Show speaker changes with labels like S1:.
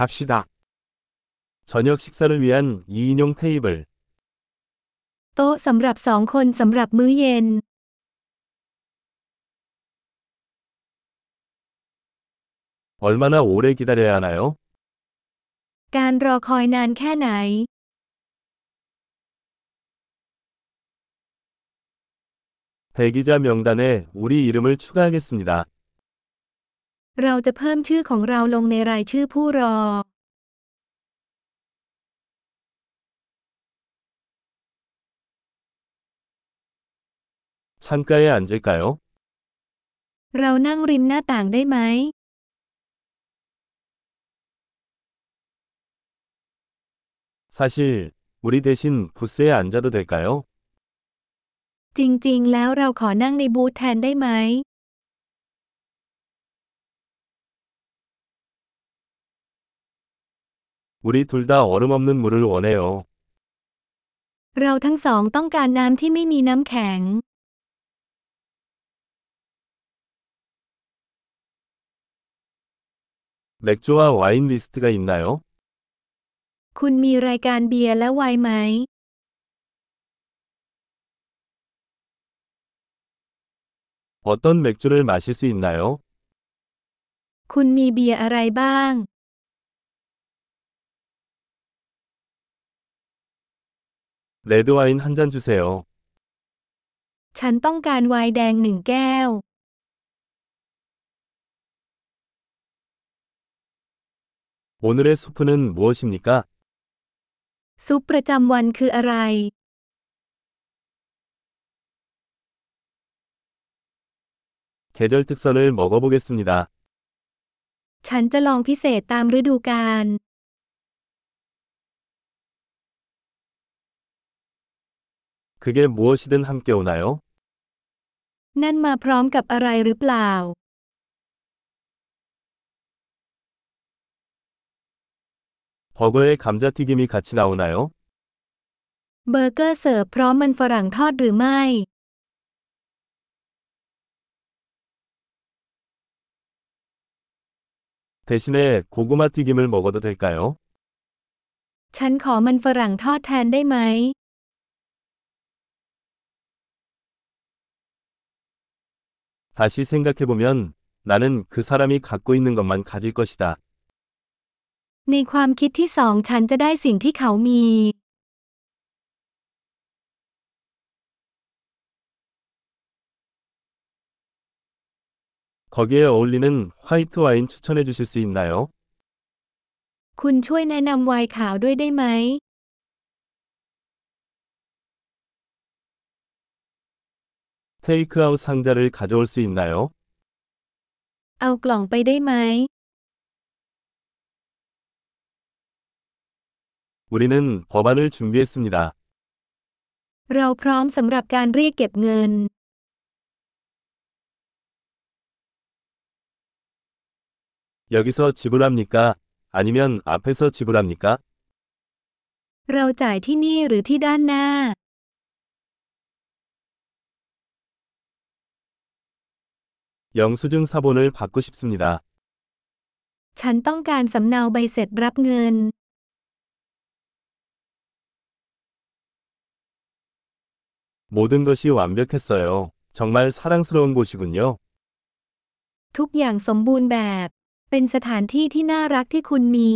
S1: 갑시다. 저녁 식사를 위한 2인용 테이블.
S2: โต๊ะสำหรับสองคนสำหรับมื้อเย็น
S1: 얼마나 오래 기다려야 하나요?
S2: การรอคอยนานแค่ไหน
S1: 대기자 명단에 우리 이름을 추가하겠습니다.
S2: เราจะเพิ่มชื่อของเราลงในรายชื่อผู้รอ
S1: 창가에 앉을까요?
S2: เรานั่งริมหน้าต่างได้ไหม
S1: 사실, 우리 대신 부스에 앉아도 될까요?
S2: จริงๆ แล้วเราขอนั่งในบูธแทนได้ไหม
S1: 우리 둘 다 얼음 없는 물을 원해요.
S2: เราทั้งสองต้องการน้ำที่ไม่มีน้ำแข็ง
S1: 맥주와 와인 리스트가 있나요?
S2: คุณมีรายการเบียร์และไวน์ไหม
S1: 어떤 맥주를 마실 수 있나요?
S2: คุณมีเบียร์อะไรบ้าง
S1: 레드와인 한 잔 주세요.
S2: ฉันต้องการไวน์แดงหนึ่งแก้ว
S1: 오늘의 수프는 무엇입니까?
S2: ซุปประจำวันคืออะไร
S1: 계절 특선을 먹어보겠습니다.
S2: ฉันจะลองพิเศษตามฤดูกาล
S1: 그게 무엇이든 함께 오나요?
S2: นั่นมาพร้อมกับอะไรหรือเปล่า
S1: 버거에 감자튀김이 같이 나오나요?
S2: เบอร์เกอร์เสิร์ฟพร้อมมันฝรั่งทอดหรือไม่
S1: 대신에 고구마 튀김을 먹어도 될까요?
S2: ฉันขอมันฝรั่งทอดแทนได้ไหม
S1: 다시 생각해보면 나는 그 사람이 갖고 있는 것만 가질 것이다.
S2: ในความคิดที่สองฉันจะได้สิ่งที่เขามี
S1: 거기에 어울리는 화이트 와인 추천해 주실 수 있나요?
S2: คุณช่วยแนะนำไวน์ขาวด้วยได้ไหม
S1: 테이크아웃 상자를 가져올 수 있나요?
S2: เอากล่องไปได้ไหม
S1: 우리는 법안을 준비했습니다.
S2: เราพร้อมสำหรับการเรียกเก็บเงิน
S1: 여기서 지불합니까? 아니면 앞에서 지불합니까?
S2: เราจ่ายที่นี่หรือที่ด้านหน้า
S1: 영수증 사본을 받고 싶습니다.
S2: ฉันต้องการสำเนาใบเสร็จรับเงิน
S1: 모든 것이 완벽했어요. 정말 사랑스러운 곳이군요.
S2: ทุกอย่างสมบูรณ์แบบ เป็นสถานที่ที่น่ารักที่คุณมี